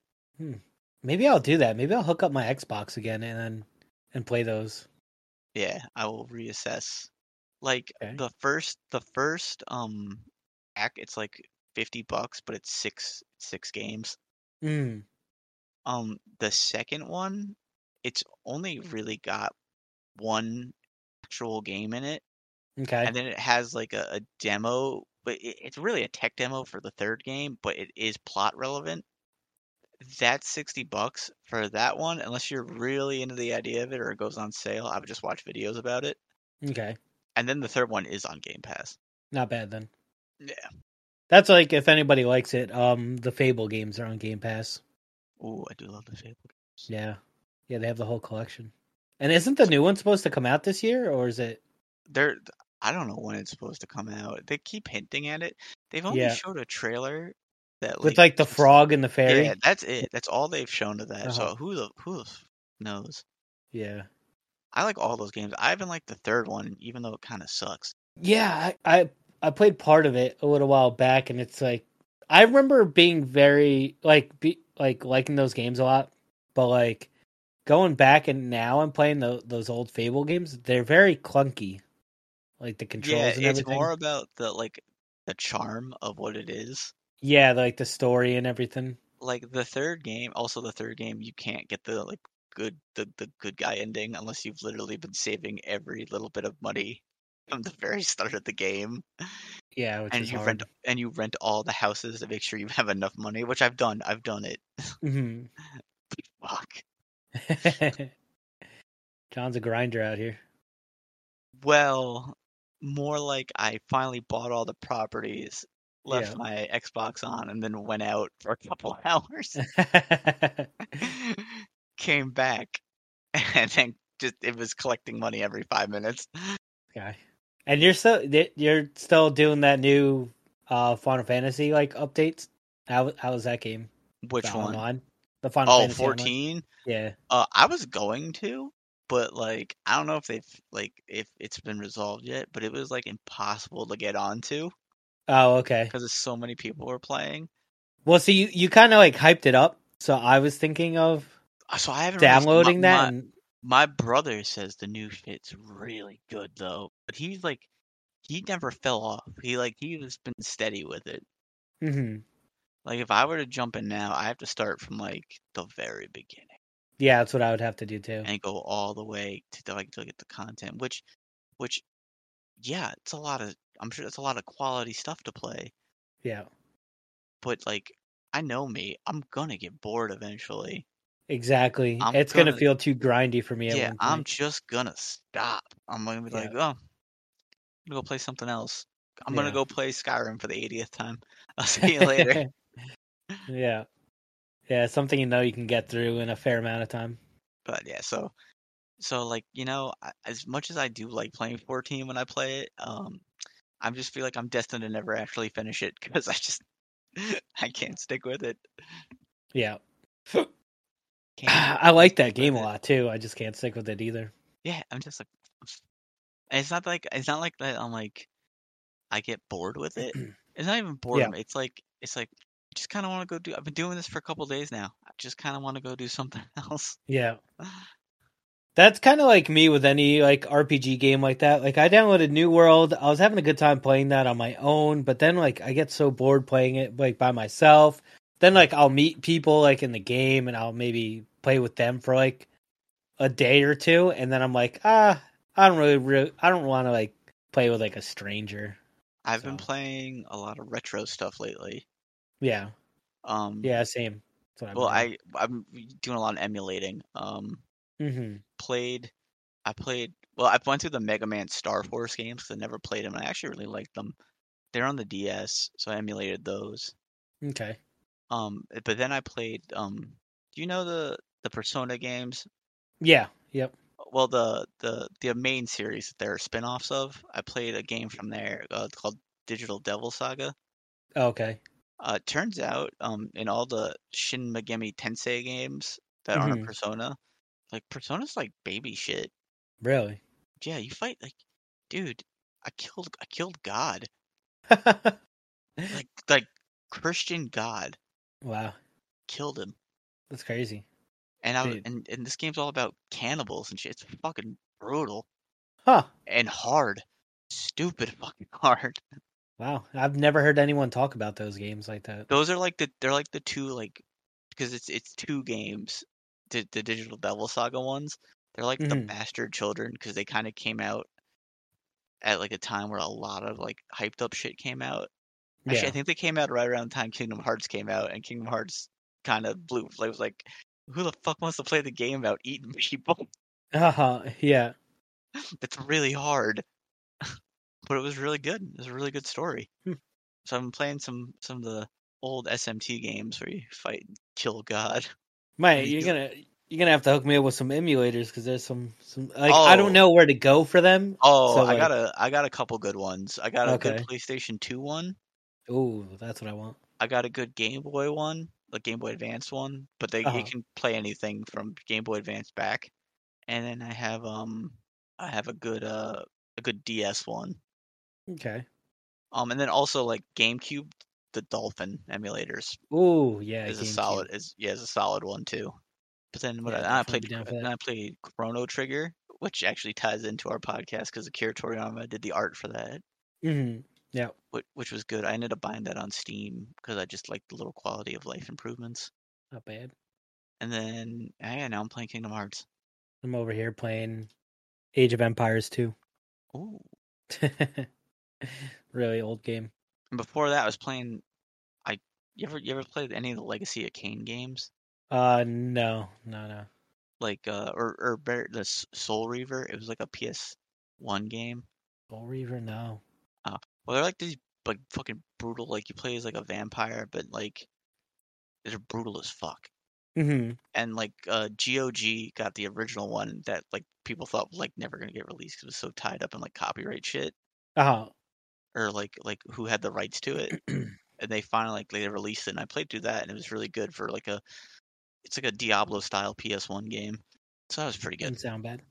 Speaker 1: Maybe I'll do that. Maybe I'll hook up my Xbox again and then and play those.
Speaker 2: yeah I will reassess like
Speaker 1: Okay.
Speaker 2: the first the first um pack it's like fifty bucks but it's six six games.
Speaker 1: Mm.
Speaker 2: Um the second one it's only really got one actual game in it.
Speaker 1: Okay.
Speaker 2: and then it has like a, a demo but it, it's really a tech demo for the third game but it is plot relevant that's 60 bucks for that one unless you're really into the idea of it or it goes on sale i would just watch videos about it
Speaker 1: Okay.
Speaker 2: and then the third one is on game pass
Speaker 1: Not bad then.
Speaker 2: yeah
Speaker 1: That's like if anybody likes it, um the Fable games are on Game Pass.
Speaker 2: Ooh, i do love the fable
Speaker 1: Yeah. Yeah, they have the whole collection. And isn't the new one supposed to come out this year or is it
Speaker 2: they're i don't know when it's supposed to come out they keep hinting at it they've only
Speaker 1: Yeah.
Speaker 2: showed a trailer that
Speaker 1: with like the
Speaker 2: just-
Speaker 1: frog and the fairy?
Speaker 2: yeah that's it that's all they've shown to that
Speaker 1: Uh-huh.
Speaker 2: so who the who the f- knows
Speaker 1: Yeah.
Speaker 2: I like all those games. I even like the third one, even though it kind of sucks.
Speaker 1: Yeah, I, I I played part of it a little while back and it's like I remember being very like be, like liking those games a lot, but like going back and now I'm playing tho- those old Fable games, they're very clunky. Like the controls
Speaker 2: Yeah,
Speaker 1: and
Speaker 2: it's
Speaker 1: everything.
Speaker 2: more about the like the charm of what it is.
Speaker 1: Yeah, like the story and everything.
Speaker 2: Like the third game, also the third game, you can't get the like good the the good guy ending unless you've literally been saving every little bit of money from the very start of the game,
Speaker 1: Yeah, which
Speaker 2: and
Speaker 1: is
Speaker 2: you rent
Speaker 1: hard.
Speaker 2: and you rent all the houses to make sure you have enough money, which I've done. I've done it.
Speaker 1: Mhm.
Speaker 2: Fuck.
Speaker 1: Mm-hmm. John's a grinder out here.
Speaker 2: Well, more like I finally bought all the properties, left
Speaker 1: Yeah.
Speaker 2: my Xbox on, and then went out for a couple hours, came back, and then just it was collecting money every five minutes.
Speaker 1: Okay. And you're still th- you're still doing that new uh Final Fantasy like updates. How how was that game?
Speaker 2: Which
Speaker 1: The
Speaker 2: one?
Speaker 1: online, the Final
Speaker 2: Oh,
Speaker 1: Fantasy online.
Speaker 2: 14?
Speaker 1: Yeah.
Speaker 2: Uh, I was going to, but like I don't know if they've like if it's been resolved yet, but it was like impossible to get onto
Speaker 1: Oh, okay.
Speaker 2: because so many people were playing.
Speaker 1: Well, so you you kind of like hyped it up. So I was thinking of
Speaker 2: Uh, So I haven't really s- my,
Speaker 1: downloading that,
Speaker 2: my
Speaker 1: and
Speaker 2: My brother says the new shit's really good though, but he's like he never fell off. He like he's been steady with it.
Speaker 1: Mhm.
Speaker 2: Like if I were to jump in now, I have to start from like the very beginning
Speaker 1: yeah, that's what I would have to do too.
Speaker 2: and go all the way to the, like to get the content, which which yeah, it's a lot of I'm sure it's a lot of quality stuff to play,
Speaker 1: Yeah,
Speaker 2: but like I know me, I'm gonna get bored eventually.
Speaker 1: exactly.
Speaker 2: I'm
Speaker 1: It's gonna
Speaker 2: gonna
Speaker 1: feel too grindy for me at
Speaker 2: yeah,
Speaker 1: one
Speaker 2: I'm
Speaker 1: point.
Speaker 2: just gonna stop. I'm gonna be
Speaker 1: Yeah,
Speaker 2: like, oh, I'm gonna go play something else. I'm gonna
Speaker 1: yeah,
Speaker 2: go play Skyrim for the 80th time. I'll see you later.
Speaker 1: yeah, yeah. Something you know you can get through in a fair amount of time.
Speaker 2: But yeah, so so like you know, I- as much as I do like playing 14 when I play it, um, I just feel like I'm destined to never actually finish it because I just I can't stick with it.
Speaker 1: Yeah.
Speaker 2: Can't
Speaker 1: I like
Speaker 2: stick
Speaker 1: that
Speaker 2: with
Speaker 1: game a
Speaker 2: it.
Speaker 1: lot too. I just can't stick with it either.
Speaker 2: Yeah, I'm just like, and it's not like it's not like that. I'm like I get bored with it. It's not even
Speaker 1: yeah.
Speaker 2: boredom. It's like it's like I just kind of want to go do. I've been doing this for a couple days now. I just kind of want to go do something else.
Speaker 1: Yeah. That's kind of like me with any like RPG game like that. Like I downloaded New World. I was having a good time playing that on my own, but then like I get so bored playing it like by myself. Then like I'll meet people like in the game and I'll maybe play with them for like a day or two and then I'm like, ah, I don't really, really I don't want to like play with like a stranger.
Speaker 2: I've been
Speaker 1: So.
Speaker 2: playing a lot of retro stuff lately.
Speaker 1: Yeah.
Speaker 2: Um,
Speaker 1: Yeah, same. That's what I'm
Speaker 2: Well, I I'm doing a lot of emulating. Um,
Speaker 1: hmm
Speaker 2: played, I played. Well, I went through the Mega Man Star Force games 'cause I never played them, and I actually really liked them. They're on the DS, so I emulated those.
Speaker 1: Okay.
Speaker 2: Um, but then I played. Um, do you know the the Persona games?
Speaker 1: Yeah. Yep.
Speaker 2: Well, the the the main series that there are spin-offs of. I played a game from there uh, called Digital Devil Saga.
Speaker 1: Okay.
Speaker 2: Uh, it turns out, um, in all the Shin Megami Tensei games that aren't a
Speaker 1: Mhm.
Speaker 2: Persona, like Persona's like baby shit.
Speaker 1: Really.
Speaker 2: Yeah, you fight like, dude, I killed I killed God, like like Christian God
Speaker 1: wow.
Speaker 2: killed him,
Speaker 1: That's crazy.
Speaker 2: and I w-
Speaker 1: Dude.
Speaker 2: and and this game's all about cannibals and shit. It's fucking brutal
Speaker 1: Huh.
Speaker 2: and hard, stupid fucking hard.
Speaker 1: Wow. I've never heard anyone talk about those games like that.
Speaker 2: Those are like the they're like the two like because it's it's two games, the the Digital Devil Saga ones. They're like the
Speaker 1: Mhm.
Speaker 2: bastard children because they kind of came out at like a time where a lot of like hyped up shit came out. Actually, I
Speaker 1: Yeah.
Speaker 2: think they came out right around the time Kingdom Hearts came out, and Kingdom Hearts kind of blew. Like, was like, who the fuck wants to play the game about eating people?
Speaker 1: Uh-huh. Yeah.
Speaker 2: It's really hard, but it was really good. It was a really good story.
Speaker 1: Hmm.
Speaker 2: So I've been playing some some of the old SMT games where you fight and kill God.
Speaker 1: Mate,
Speaker 2: Me
Speaker 1: you're
Speaker 2: too.
Speaker 1: gonna you're gonna have to hook me up with some emulators because there's some some like I
Speaker 2: Oh.
Speaker 1: don't know where to go for them.
Speaker 2: Oh,
Speaker 1: So,
Speaker 2: I
Speaker 1: like-
Speaker 2: got a I got a couple good ones. I got a good
Speaker 1: Okay.
Speaker 2: PlayStation 2 one.
Speaker 1: Ooh, that's what I want.
Speaker 2: I got a good Game Boy one, the Game Boy Advance one, but they
Speaker 1: Uh-huh.
Speaker 2: you can play anything from Game Boy Advance back. And then I have um I have a good uh a good DS one.
Speaker 1: Okay.
Speaker 2: Um and then also like GameCube, the Dolphin emulators
Speaker 1: Ooh, yeah.
Speaker 2: is a
Speaker 1: GameCube.
Speaker 2: solid is yeah, is a solid one too. But then what
Speaker 1: Yeah,
Speaker 2: I, I
Speaker 1: definitely
Speaker 2: played
Speaker 1: be down for
Speaker 2: and
Speaker 1: that.
Speaker 2: I played Chrono Trigger, which actually ties into our podcast because Akira Toriyama did the art for that.
Speaker 1: hmm Yeah.
Speaker 2: Which, which was good. I ended up buying that on Steam because I just liked the little quality of life improvements.
Speaker 1: Not bad.
Speaker 2: And then, ah, yeah, now I'm playing Kingdom Hearts.
Speaker 1: I'm over here playing Age of Empires 2.
Speaker 2: Ooh.
Speaker 1: really old game.
Speaker 2: And before that, I was playing. I you ever you ever played any of the Legacy of Kain games,
Speaker 1: Uh no, no, no.
Speaker 2: like uh or or better, the S- Soul Reaver? It was like a PS one game.
Speaker 1: Soul Reaver, no.
Speaker 2: Well, they're like these like fucking brutal. Like you play as like a vampire, but like they're brutal as fuck.
Speaker 1: hmm
Speaker 2: And like uh GOG got the original one that like people thought was, like never gonna get released 'cause it was so tied up in like copyright shit
Speaker 1: Uh-huh.
Speaker 2: or like like who had the rights to it. and they finally like they released it and I played through that and it was really good for like a it's like a Diablo style PS1 game. So that was pretty good.
Speaker 1: Doesn't sound bad.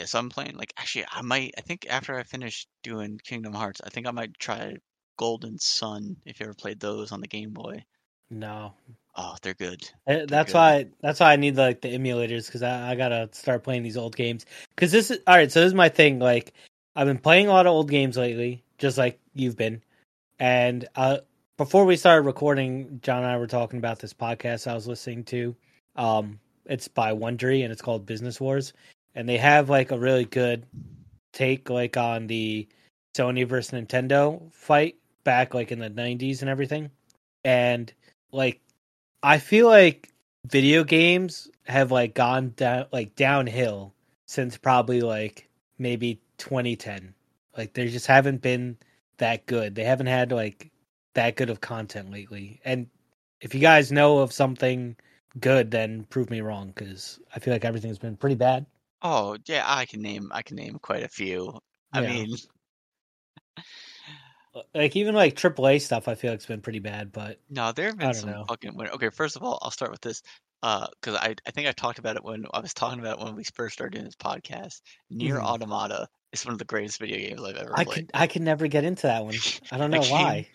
Speaker 2: Yeah, so I'm playing like actually I might I think after I finish doing Kingdom Hearts, I think I might try Golden Sun if you ever played those on the Game Boy.
Speaker 1: No.
Speaker 2: Oh, they're good.
Speaker 1: Eh, That's
Speaker 2: good.
Speaker 1: why that's why I need like the emulators because I, I gotta start playing these old games. Cause this is all right. So this is my thing. Like I've been playing a lot of old games lately, just like you've been. And uh, before we started recording, John and I were talking about this podcast I was listening to. Um, it's by Wondery and it's called Business Wars, and they have like a really good take like on the Sony versus Nintendo fight back like in the 90s and everything. And like I feel like video games have like gone down like downhill since probably like maybe 2010. Like they just haven't been that good. They haven't had like that good of content lately. And if you guys know of something good, then prove me wrong because I feel like everything's been pretty bad.
Speaker 2: Oh, yeah, I can name I can name quite a few. I
Speaker 1: Yeah.
Speaker 2: mean,
Speaker 1: Like even like AAA stuff, I feel like's been pretty bad. But
Speaker 2: No, there have
Speaker 1: I
Speaker 2: been
Speaker 1: don't
Speaker 2: some
Speaker 1: know.
Speaker 2: fucking win Okay, first of all, I'll start with this. Uh, because I I think I talked about it when I was talking about it when we first started doing this podcast. Near
Speaker 1: Mhm.
Speaker 2: Automata is one of the greatest video games I've ever
Speaker 1: I
Speaker 2: played.
Speaker 1: could I could never get into that one. I don't
Speaker 2: That
Speaker 1: know
Speaker 2: game
Speaker 1: why.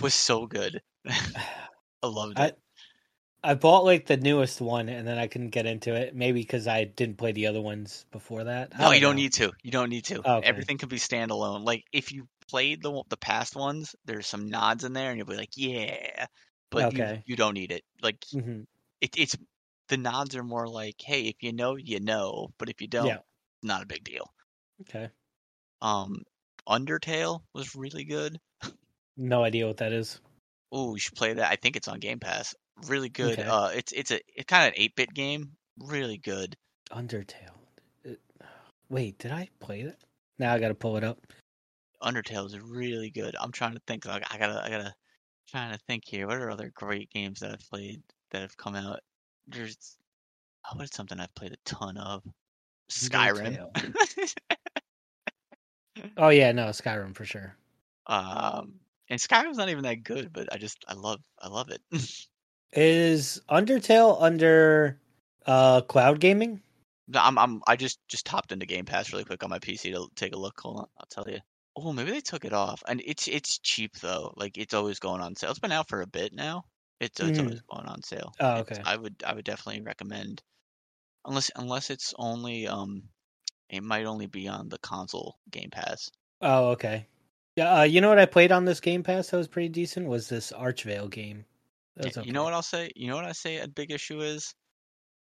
Speaker 2: was so good. I loved
Speaker 1: I-
Speaker 2: it.
Speaker 1: I bought like the newest one and then I couldn't get into it. Maybe because I didn't play the other ones before that. I
Speaker 2: No, you don't
Speaker 1: know.
Speaker 2: need to. You don't need to.
Speaker 1: Oh, okay.
Speaker 2: Everything can be standalone. Like if you played the one- the past ones, there's some nods in there, and you'll be like, yeah. but you,
Speaker 1: Okay.
Speaker 2: you don't need it. Like
Speaker 1: Mhm.
Speaker 2: it, it's the nods are more like, hey, if you know, you know, but if you don't,
Speaker 1: Yeah.
Speaker 2: not a big deal.
Speaker 1: Okay.
Speaker 2: Um, Undertale was really good.
Speaker 1: No idea what that is.
Speaker 2: Oh, you should play that. I think it's on Game Pass. Really good.
Speaker 1: Okay.
Speaker 2: Uh, it's it's a it's kind of an eight bit game. Really good.
Speaker 1: Undertale. It- Wait, did I play that? Now I gotta pull it up.
Speaker 2: Undertale is really good. I'm trying to think. Like I gotta I gotta trying to think here. What are other great games that I've played that have come out? There's oh, what is something I've played a ton of? Skyrim.
Speaker 1: Oh yeah, no Skyrim for sure.
Speaker 2: Um, and Skyrim's not even that good, but I just I love I love it.
Speaker 1: Is Undertale under uh cloud gaming?
Speaker 2: No, I'm I'm I just just topped into Game Pass really quick on my PC to take a look. Hold on, I'll tell you. Oh, maybe they took it off, and it's it's cheap though. Like it's always going on sale. It's been out for a bit now. It's it's
Speaker 1: Mhm.
Speaker 2: always going on sale.
Speaker 1: Oh,
Speaker 2: It's-
Speaker 1: okay.
Speaker 2: I would I would definitely recommend, unless unless it's only um, it might only be on the console Game Pass.
Speaker 1: Oh, okay. Yeah, uh, you know what I played on this Game Pass that was pretty decent was this Archvale game. That
Speaker 2: Yeah,
Speaker 1: was
Speaker 2: You know
Speaker 1: okay.
Speaker 2: what I'll say? You know what I say a big issue is?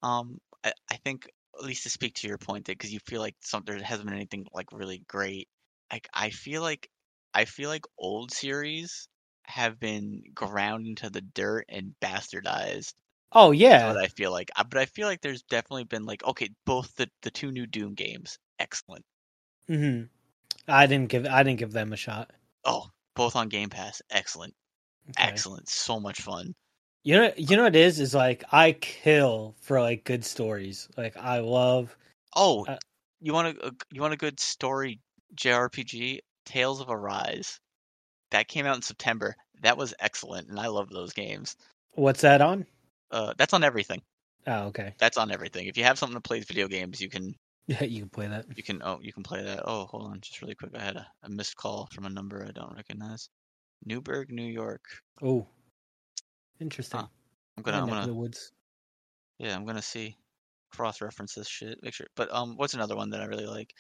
Speaker 2: Um, I, I think at least to speak to your point that because you feel like some there hasn't been anything like really great. Like I feel like I feel like old series have been ground into the dirt and bastardized.
Speaker 1: Oh
Speaker 2: is
Speaker 1: yeah,
Speaker 2: what I feel like. I- But I feel like there's definitely been like okay, both the the two new Doom games, excellent.
Speaker 1: hmm I didn't give I didn't give them a shot.
Speaker 2: Oh, both on Game Pass, excellent,
Speaker 1: Okay.
Speaker 2: excellent, so much fun.
Speaker 1: You know, you know what it is is like I kill for like good stories. Like I love.
Speaker 2: Oh,
Speaker 1: Uh,
Speaker 2: you want a, a g- you want a good story JRPG? Tales of Arise. That came out in September. That was excellent, and I love those games.
Speaker 1: What's that on?
Speaker 2: Uh, that's on everything.
Speaker 1: Oh, okay.
Speaker 2: That's on everything. If you have something to play video games, you can
Speaker 1: Yeah, you can play that.
Speaker 2: you can oh you can play that. Oh, hold on, just really quick. I had a, a missed call from a number I don't recognize. Newburgh, New York.
Speaker 1: Oh, interesting.
Speaker 2: Huh.
Speaker 1: My
Speaker 2: I'm gonna I'm
Speaker 1: neck of
Speaker 2: gonna
Speaker 1: the woods.
Speaker 2: yeah I'm gonna see cross reference this shit. Make sure. But um, what's another one that I really like?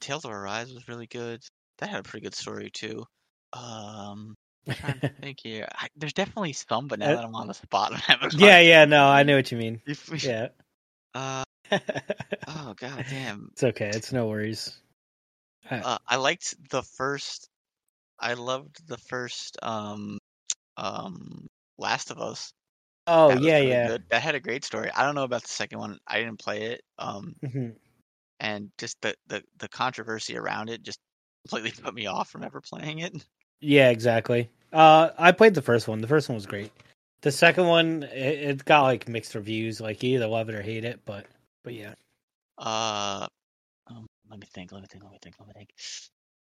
Speaker 2: Tales of Arise was really good. That had a pretty good story too. Um, trying to think here. I, there's definitely some, but now
Speaker 1: Uh,
Speaker 2: that I'm on the spot, I'm having a hard
Speaker 1: yeah, yeah. No, I
Speaker 2: time.
Speaker 1: know what you mean.
Speaker 2: If we-
Speaker 1: Yeah.
Speaker 2: Uh,
Speaker 1: it's
Speaker 2: oh god damn.
Speaker 1: okay. It's no worries.
Speaker 2: Uh, I liked the first. I loved the first. Um, um, Last of Us.
Speaker 1: Oh
Speaker 2: That was
Speaker 1: yeah,
Speaker 2: really
Speaker 1: yeah.
Speaker 2: good. That had a great story. I don't know about the second one. I didn't play it. Um,
Speaker 1: Mhm.
Speaker 2: and just the the the controversy around it just completely put me off from ever playing it.
Speaker 1: Yeah, exactly. Uh, I played the first one. The first one was great. The second one, it, it got like mixed reviews. Like you either love it or hate it. But but yeah.
Speaker 2: Uh, um, let me think. Let me think. Let me think. Let me think.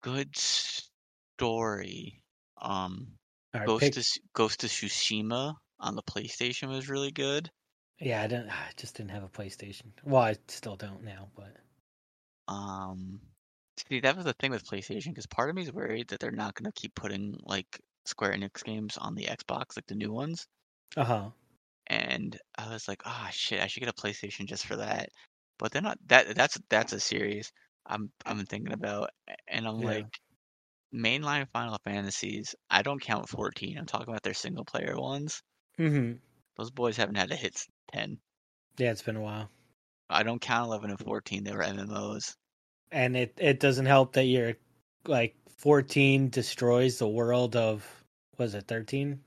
Speaker 2: Good story. Um,
Speaker 1: All right.
Speaker 2: Ghost
Speaker 1: Pick.
Speaker 2: of, Tsu- Ghost of Tsushima on the PlayStation was really good.
Speaker 1: Yeah, I didn't. I just didn't have a PlayStation. Well, I still don't now. But
Speaker 2: Um, see, that was the thing with PlayStation because part of me is worried that they're not going to keep putting like Square Enix games on the Xbox, like the new ones.
Speaker 1: uh huh.
Speaker 2: And I was like, ah, shit, I should get a PlayStation just for that. But they're not that. That's that's a series I'm I'm thinking about, and I'm
Speaker 1: Yeah.
Speaker 2: like. mainline Final Fantasies, I don't count 14. I'm talking about their single player ones.
Speaker 1: hmm
Speaker 2: Those boys haven't had a hit since 10.
Speaker 1: Yeah, it's been a while,
Speaker 2: I don't count 11 and 14. They were MMOs.
Speaker 1: and it it doesn't help that you're like fourteen destroys the world of was it thirteen?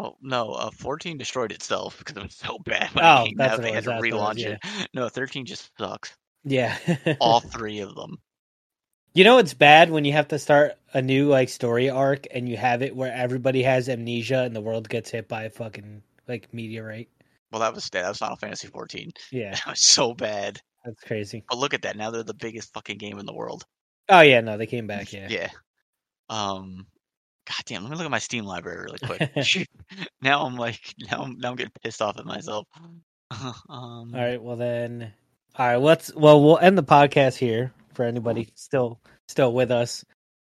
Speaker 2: Oh, no, uh, 14 destroyed itself because it was so bad when it
Speaker 1: Oh,
Speaker 2: came
Speaker 1: that's
Speaker 2: out.
Speaker 1: what
Speaker 2: They
Speaker 1: it was.
Speaker 2: had to
Speaker 1: That's what it was.
Speaker 2: relaunch
Speaker 1: Yeah,
Speaker 2: it. No, 13 just sucks.
Speaker 1: yeah.
Speaker 2: All three of them.
Speaker 1: you know it's bad when you have to start a new like story arc and you have it where everybody has amnesia and the world gets hit by a fucking like meteorite.
Speaker 2: Well, that was that was Final Fantasy 14.
Speaker 1: Yeah,
Speaker 2: That was so bad.
Speaker 1: that's crazy.
Speaker 2: But look at that. Now they're the biggest fucking game in the world.
Speaker 1: Oh yeah, no, they came back. Yeah.
Speaker 2: Yeah. Um. God damn. Let me look at my Steam library really quick. Shoot. Now I'm like, now I'm now I'm getting pissed off at myself. um.
Speaker 1: All right. Well then. All right. Let's. Well, we'll end the podcast here for anybody still still with us.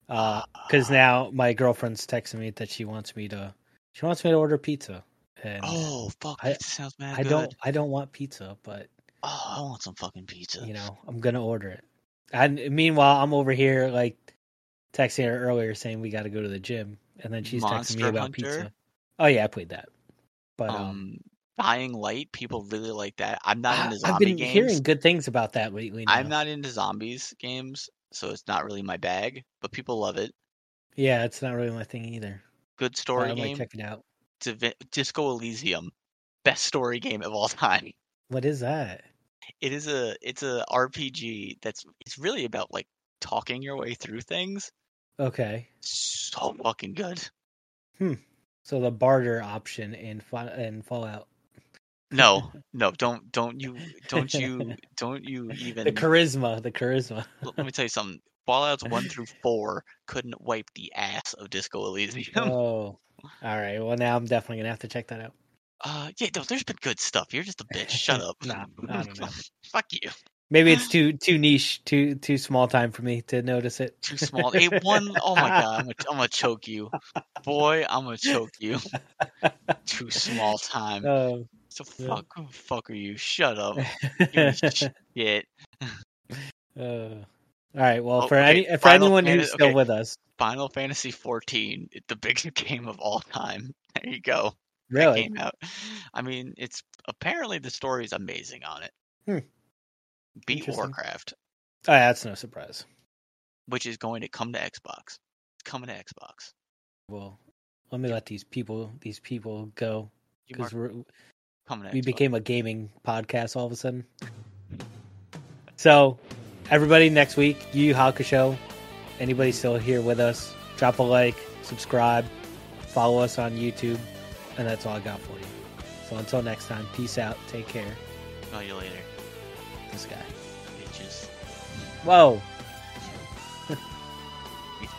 Speaker 1: Uh, because now my girlfriend's texting me that she wants me to she wants me to order pizza, and
Speaker 2: Oh fuck!
Speaker 1: I-
Speaker 2: pizza sounds mad
Speaker 1: I
Speaker 2: good.
Speaker 1: don't I don't want pizza, but
Speaker 2: Oh, I want some fucking pizza.
Speaker 1: you know I'm gonna order it. And meanwhile, I'm over here like texting her earlier saying we got to go to the gym, and then she's texting me
Speaker 2: Monster
Speaker 1: about
Speaker 2: Hunter?
Speaker 1: pizza. Oh yeah, I played that. But um,
Speaker 2: Um, Dying Light, people really like that. I'm not
Speaker 1: I-
Speaker 2: into
Speaker 1: Ah, I've
Speaker 2: zombie
Speaker 1: been
Speaker 2: games.
Speaker 1: hearing good things about that lately.
Speaker 2: I'm
Speaker 1: now.
Speaker 2: not into zombies games, so it's not really my bag. But people love it.
Speaker 1: Yeah, it's not really my thing either.
Speaker 2: Good
Speaker 1: But
Speaker 2: story
Speaker 1: I might
Speaker 2: game.
Speaker 1: check it out.
Speaker 2: Divi- Disco Elysium, best story game of all time.
Speaker 1: What is that?
Speaker 2: It is a it's a RPG that's it's really about like talking your way through things.
Speaker 1: Okay,
Speaker 2: So fucking good.
Speaker 1: so the barter option in Fa- in Fallout,
Speaker 2: No, no, don't don't you don't you don't you even
Speaker 1: the charisma, the charisma.
Speaker 2: l- let me tell you something. Fallout's one through four couldn't wipe the ass of Disco Elysium.
Speaker 1: oh, all right. Well, now I'm definitely gonna have to check that out.
Speaker 2: Uh, yeah, no, there's been good stuff. You're just a bitch. Shut up.
Speaker 1: Nah, I don't know.
Speaker 2: Fuck you.
Speaker 1: Maybe it's too too niche, too too small time for me to notice it.
Speaker 2: Too small. It won. Oh my god, I'm gonna, I'm gonna choke you, boy. I'm gonna choke you. Too small time.
Speaker 1: Oh.
Speaker 2: So
Speaker 1: yeah.
Speaker 2: fuck, who the fuck are you? Shut up. You shit.
Speaker 1: Uh, all right. Well,
Speaker 2: Oh,
Speaker 1: for
Speaker 2: okay,
Speaker 1: any for
Speaker 2: Final
Speaker 1: anyone
Speaker 2: Fantasy-
Speaker 1: who's still
Speaker 2: okay.
Speaker 1: with us,
Speaker 2: Final Fantasy 14, it- the biggest game of all time. There you go. That
Speaker 1: really,
Speaker 2: came out. I mean, it's apparently the story is amazing on it.
Speaker 1: Hmm.
Speaker 2: Beat
Speaker 1: Interesting.
Speaker 2: Warcraft,
Speaker 1: oh, yeah, that's no surprise.
Speaker 2: which is going to come to Xbox. It's coming to Xbox.
Speaker 1: Well, let me let these people these people go
Speaker 2: You
Speaker 1: because
Speaker 2: mark
Speaker 1: we're
Speaker 2: coming to
Speaker 1: we
Speaker 2: Xbox.
Speaker 1: became a gaming podcast all of a sudden. So, everybody, next week, Yu Yu Hakusho. Anybody still here with us? Drop a like, subscribe, follow us on YouTube, and that's all I got for you. So until next time, peace out. Take care.
Speaker 2: Smell you later,
Speaker 1: This guy.
Speaker 2: bitches.
Speaker 1: Whoa,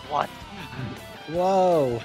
Speaker 2: What?
Speaker 1: whoa.